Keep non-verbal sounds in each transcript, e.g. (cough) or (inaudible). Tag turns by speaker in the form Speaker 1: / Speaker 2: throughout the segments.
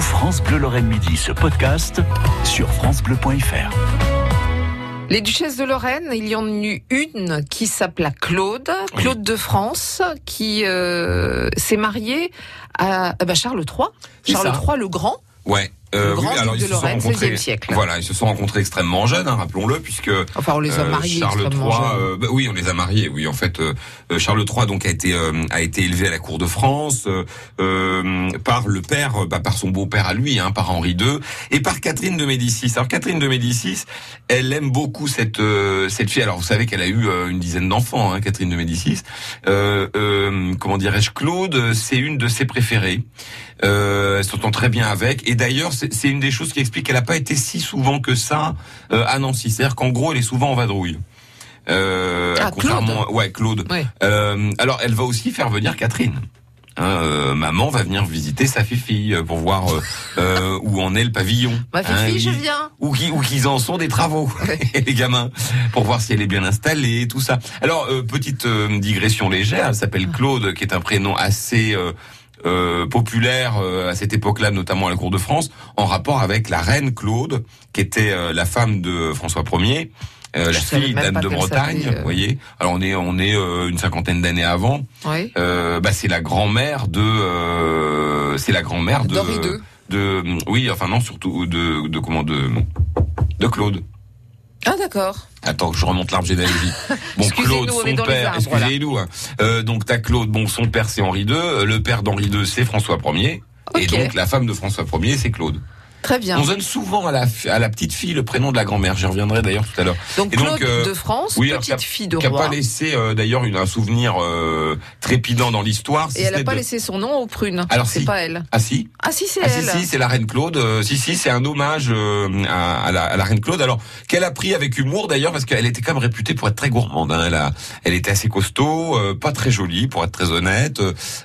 Speaker 1: France Bleu Lorraine Midi, ce podcast sur francebleu.fr.
Speaker 2: Les duchesses de Lorraine, il y en a eu une qui s'appela Claude, Claude de France, qui euh, s'est mariée à euh, bah, Charles III,
Speaker 3: C'est
Speaker 2: Charles
Speaker 3: ça.
Speaker 2: III le Grand.
Speaker 3: Ouais. Euh,
Speaker 2: Le grand
Speaker 3: oui, alors
Speaker 2: duc de
Speaker 3: ils se sont
Speaker 2: Lorraine,
Speaker 3: rencontrés.
Speaker 2: 16e siècle.
Speaker 3: Voilà, ils se sont rencontrés extrêmement jeunes, hein, rappelons-le, puisque
Speaker 2: Enfin, on les a
Speaker 3: euh,
Speaker 2: mariés
Speaker 3: Charles III,
Speaker 2: extrêmement jeunes.
Speaker 3: euh, bah oui, on les a mariés. Oui, en fait, euh, euh, Charles III donc a été euh, a été élevé à la cour de France euh, euh, par le père, euh, bah, par son beau-père à lui, hein, par Henri II, et par Catherine de Médicis. Alors Catherine de Médicis, elle aime beaucoup cette euh, cette fille. Alors vous savez qu'elle a eu euh, une dizaine d'enfants, hein, Catherine de Médicis. Euh, euh, comment dirais-je, Claude, euh, c'est une de ses préférées. Euh, elle s'entend très bien avec. Et d'ailleurs, c'est c'est une des choses qui explique qu'elle n'a pas été si souvent que ça euh, à Nancy. C'est-à-dire qu'en gros, elle est souvent en vadrouille. Euh,
Speaker 2: Ah,
Speaker 3: contrairement- ouais, Claude.
Speaker 2: Ouais.
Speaker 3: Euh, alors, elle va aussi faire venir Catherine. Hein, euh, maman va venir visiter sa fille pour voir euh, euh, où en est le pavillon.
Speaker 2: Ma
Speaker 3: Hein,
Speaker 2: fille, je
Speaker 3: il-
Speaker 2: viens.
Speaker 3: ou qui- ou qu'ils en sont
Speaker 2: (laughs)
Speaker 3: des travaux (laughs) les gamins pour voir si elle est bien installée tout ça alors euh, petite euh, digression légère elle s'appelle
Speaker 2: Ah.
Speaker 3: Claude qui est un prénom assez euh, euh, populaire euh, à cette époque-là, notamment à la cour de France, en rapport avec la reine Claude, qui était euh, la femme de François Ier, euh,
Speaker 2: Je
Speaker 3: la
Speaker 2: savais
Speaker 3: fille
Speaker 2: même
Speaker 3: d'Anne
Speaker 2: pas
Speaker 3: de
Speaker 2: qu'elle
Speaker 3: Bretagne.
Speaker 2: s'appelait, euh.
Speaker 3: Vous voyez, alors on est on est euh, une cinquantaine d'années avant.
Speaker 2: Ouais.
Speaker 3: Euh, bah, c'est la grand-mère de, euh, c'est la grand-mère de,
Speaker 2: D'Henri II.
Speaker 3: de, oui, enfin non, surtout de, de comment de, de Claude.
Speaker 2: Ah d'accord.
Speaker 3: Attends, que je remonte l'arbre généalogique.
Speaker 2: (laughs)
Speaker 3: Bon,
Speaker 2: Excusez-nous,
Speaker 3: Claude,
Speaker 2: on est
Speaker 3: son
Speaker 2: dans les
Speaker 3: père,
Speaker 2: arbres, là.
Speaker 3: excusez-nous. hein. Euh, donc t'as Claude, bon, son père c'est Henri II, euh, le père d'Henri II c'est François Ier, et
Speaker 2: Ok.
Speaker 3: donc la femme de François Ier c'est Claude.
Speaker 2: Très bien.
Speaker 3: On donne souvent à la, à la petite fille le prénom de la grand-mère. J'y reviendrai d'ailleurs tout à l'heure.
Speaker 2: Donc
Speaker 3: Et donc,
Speaker 2: Claude
Speaker 3: euh,
Speaker 2: de France,
Speaker 3: oui, alors,
Speaker 2: petite fille de
Speaker 3: Qui a
Speaker 2: roi.
Speaker 3: pas laissé euh, d'ailleurs une- un souvenir euh, trépidant dans l'histoire. si
Speaker 2: Et
Speaker 3: ce
Speaker 2: elle n'a
Speaker 3: n'est
Speaker 2: pas
Speaker 3: de-
Speaker 2: laissé son nom aux prunes.
Speaker 3: Alors,
Speaker 2: c'est
Speaker 3: si.
Speaker 2: pas elle.
Speaker 3: Ah si.
Speaker 2: Ah si, c'est
Speaker 3: Ah, si,
Speaker 2: elle.
Speaker 3: si, c'est la reine Claude. Euh, si, si, c'est un hommage euh, à, à la, à la reine Claude. Alors, qu'elle a pris avec humour d'ailleurs, parce qu'elle était quand même réputée pour être très gourmande. hein. Elle, a, elle était assez costaud, euh, pas très jolie, pour être très honnête.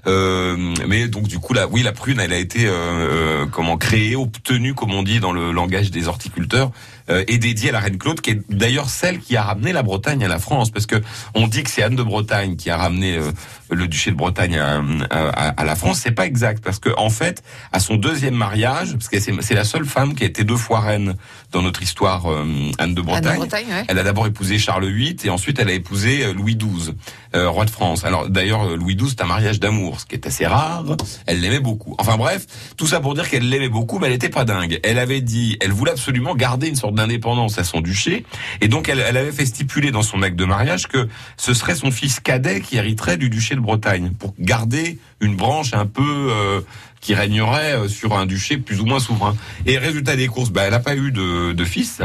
Speaker 3: Euh, mais donc, du coup, là, oui, la prune, elle a été euh, euh, comment créée, obtenue, comme on dit dans le langage des horticulteurs, euh, et dédiée à la reine Claude, qui est d'ailleurs celle qui a ramené la Bretagne à la France, parce que on dit que c'est Anne de Bretagne qui a ramené euh, le duché de Bretagne à, à- à la France. C'est pas exact, parce que en fait à son deuxième mariage, parce que c'est c'est la seule femme qui a été deux fois reine dans notre histoire, euh, Anne de
Speaker 2: Anne de
Speaker 3: Bretagne.
Speaker 2: Ah, Bretagne, ouais.
Speaker 3: Elle a d'abord épousé Charles VIII et ensuite elle a épousé euh, Louis XII, euh, roi de France. Alors d'ailleurs euh, Louis XII c'est un mariage d'amour, ce qui est assez rare. Elle l'aimait beaucoup. Enfin bref, tout ça pour dire qu'elle l'aimait beaucoup, mais elle n'était pas dingue. Elle avait dit, elle voulait absolument garder une sorte d'indépendance à son duché, et donc elle, elle avait fait stipuler dans son acte de mariage que ce serait son fils cadet qui hériterait du duché de Bretagne pour garder une branche un peu euh, qui régnerait euh, sur un duché plus ou moins souverain. Et résultat des courses, bah, elle n'a pas eu de, de fils.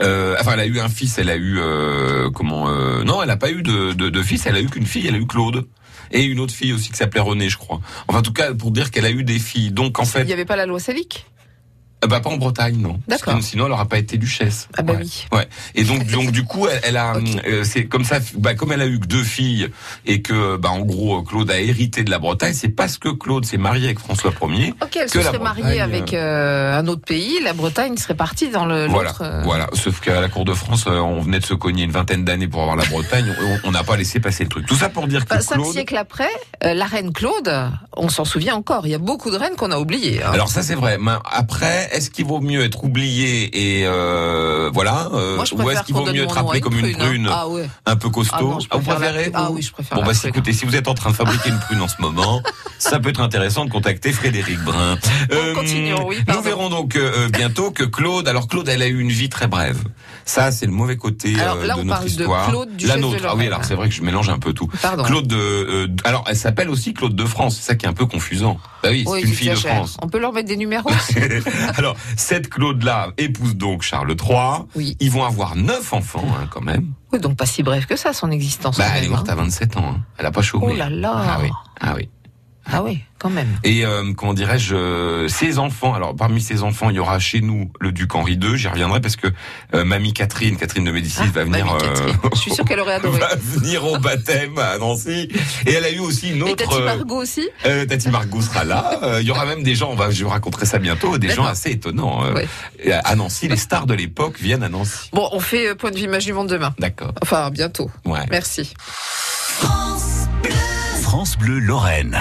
Speaker 3: Euh, enfin, elle a eu un fils, elle a eu euh, comment euh, Non, elle n'a pas eu de, de, de fils, elle a eu qu'une fille, elle a eu Claude et une autre fille aussi qui s'appelait Renée, je crois. Enfin, en tout cas, pour dire qu'elle a eu des filles. Donc, en
Speaker 2: Il n'y
Speaker 3: fait,
Speaker 2: avait pas la loi salique
Speaker 3: euh, bah pas en Bretagne, non. Parce que
Speaker 2: D'accord.
Speaker 3: Sinon, elle n'aura pas été duchesse.
Speaker 2: Ah bah
Speaker 3: Ouais.
Speaker 2: oui.
Speaker 3: Et donc, donc du coup, elle, elle a,
Speaker 2: Ok.
Speaker 3: euh, c'est comme ça, bah, comme elle a eu que deux filles et que, bah, en gros, Claude a hérité de la Bretagne. C'est parce que Claude s'est marié avec François Ier.
Speaker 2: Ok, elle
Speaker 3: Que
Speaker 2: se
Speaker 3: la
Speaker 2: serait mariée
Speaker 3: Bretagne,
Speaker 2: avec euh, un autre pays, la Bretagne serait partie dans le
Speaker 3: Voilà,
Speaker 2: l'autre, euh,
Speaker 3: voilà. Sauf qu'à la cour de France, euh, on venait de se cogner une vingtaine d'années pour avoir la Bretagne. On- On n'a pas laissé passer le truc. Tout ça pour dire que
Speaker 2: Enfin, cinq
Speaker 3: Claude.
Speaker 2: siècles après, euh, la reine Claude, on s'en souvient encore. Il y a beaucoup de reines qu'on a oubliées. hein.
Speaker 3: Alors ça c'est vrai. Mais après, est-ce qu'il vaut mieux être oublié et euh, voilà, euh,
Speaker 2: Moi, je
Speaker 3: ou est-ce
Speaker 2: préfère
Speaker 3: qu'il
Speaker 2: qu'on
Speaker 3: vaut
Speaker 2: donne
Speaker 3: mieux
Speaker 2: mon
Speaker 3: être
Speaker 2: nom à
Speaker 3: appelé comme une
Speaker 2: hein.
Speaker 3: prune,
Speaker 2: Ah ouais.
Speaker 3: un peu costaud
Speaker 2: Ah non, je
Speaker 3: Ah, vous
Speaker 2: préfère la-
Speaker 3: préférez
Speaker 2: Ah
Speaker 3: ou-
Speaker 2: oui, je préfère
Speaker 3: Bon
Speaker 2: la
Speaker 3: bah
Speaker 2: prune.
Speaker 3: écoutez, si vous êtes en train de fabriquer une prune en ce
Speaker 2: (laughs)
Speaker 3: moment, ça peut être intéressant de contacter Frédéric Brun. Euh,
Speaker 2: continuons, oui, pardon.
Speaker 3: nous verrons donc euh, euh, bientôt que Claude. Alors Claude, elle a eu une vie très brève. Ça, c'est le mauvais côté
Speaker 2: Alors,
Speaker 3: euh,
Speaker 2: là,
Speaker 3: de
Speaker 2: on
Speaker 3: notre
Speaker 2: parle de
Speaker 3: histoire.
Speaker 2: Claude, duchesse
Speaker 3: la
Speaker 2: de
Speaker 3: nôtre. ah oui,
Speaker 2: Lorraine.
Speaker 3: alors c'est vrai que je mélange un peu tout.
Speaker 2: Pardon.
Speaker 3: Claude, de- euh, alors elle s'appelle aussi Claude de France. C'est ça qui est un peu confusant. Bah oui,
Speaker 2: Oui,
Speaker 3: c'est une fille de
Speaker 2: j'exagère.
Speaker 3: France. (laughs)
Speaker 2: On peut leur mettre des numéros
Speaker 3: Alors, cette Claude-là épouse donc Charles III.
Speaker 2: Oui.
Speaker 3: Ils vont avoir neuf enfants, hein, quand même.
Speaker 2: Oui, donc pas si bref que ça, son existence.
Speaker 3: Bah,
Speaker 2: quand
Speaker 3: elle est
Speaker 2: même,
Speaker 3: morte
Speaker 2: hein.
Speaker 3: à 27 ans. hein. Elle a pas chômé.
Speaker 2: Oh là là.
Speaker 3: Ah oui. Ah oui.
Speaker 2: Ah oui, quand même.
Speaker 3: Et euh, comment dirais-je, euh, ses enfants. Alors, parmi ses enfants, il y aura chez nous le duc Henri II. J'y reviendrai parce que euh, mamie Catherine, Catherine de Médicis,
Speaker 2: Ah,
Speaker 3: va venir.
Speaker 2: Mamie
Speaker 3: euh,
Speaker 2: Catherine. Je suis
Speaker 3: (laughs)
Speaker 2: sûre qu'elle aurait adoré.
Speaker 3: va venir au baptême à Nancy. Et elle a eu aussi une
Speaker 2: Et
Speaker 3: autre.
Speaker 2: Tati
Speaker 3: euh,
Speaker 2: Margot aussi
Speaker 3: Euh, Tati Margot sera là. Euh, Il y aura même des gens, on va, je vous raconterai ça bientôt, des gens
Speaker 2: D'accord.
Speaker 3: assez étonnants. Euh,
Speaker 2: Ouais.
Speaker 3: et À à Nancy, les stars de l'époque viennent à Nancy.
Speaker 2: Bon, on fait euh, point de vue image du monde demain.
Speaker 3: D'accord.
Speaker 2: Enfin, bientôt.
Speaker 3: Ouais.
Speaker 2: Merci.
Speaker 1: France Bleu Lorraine.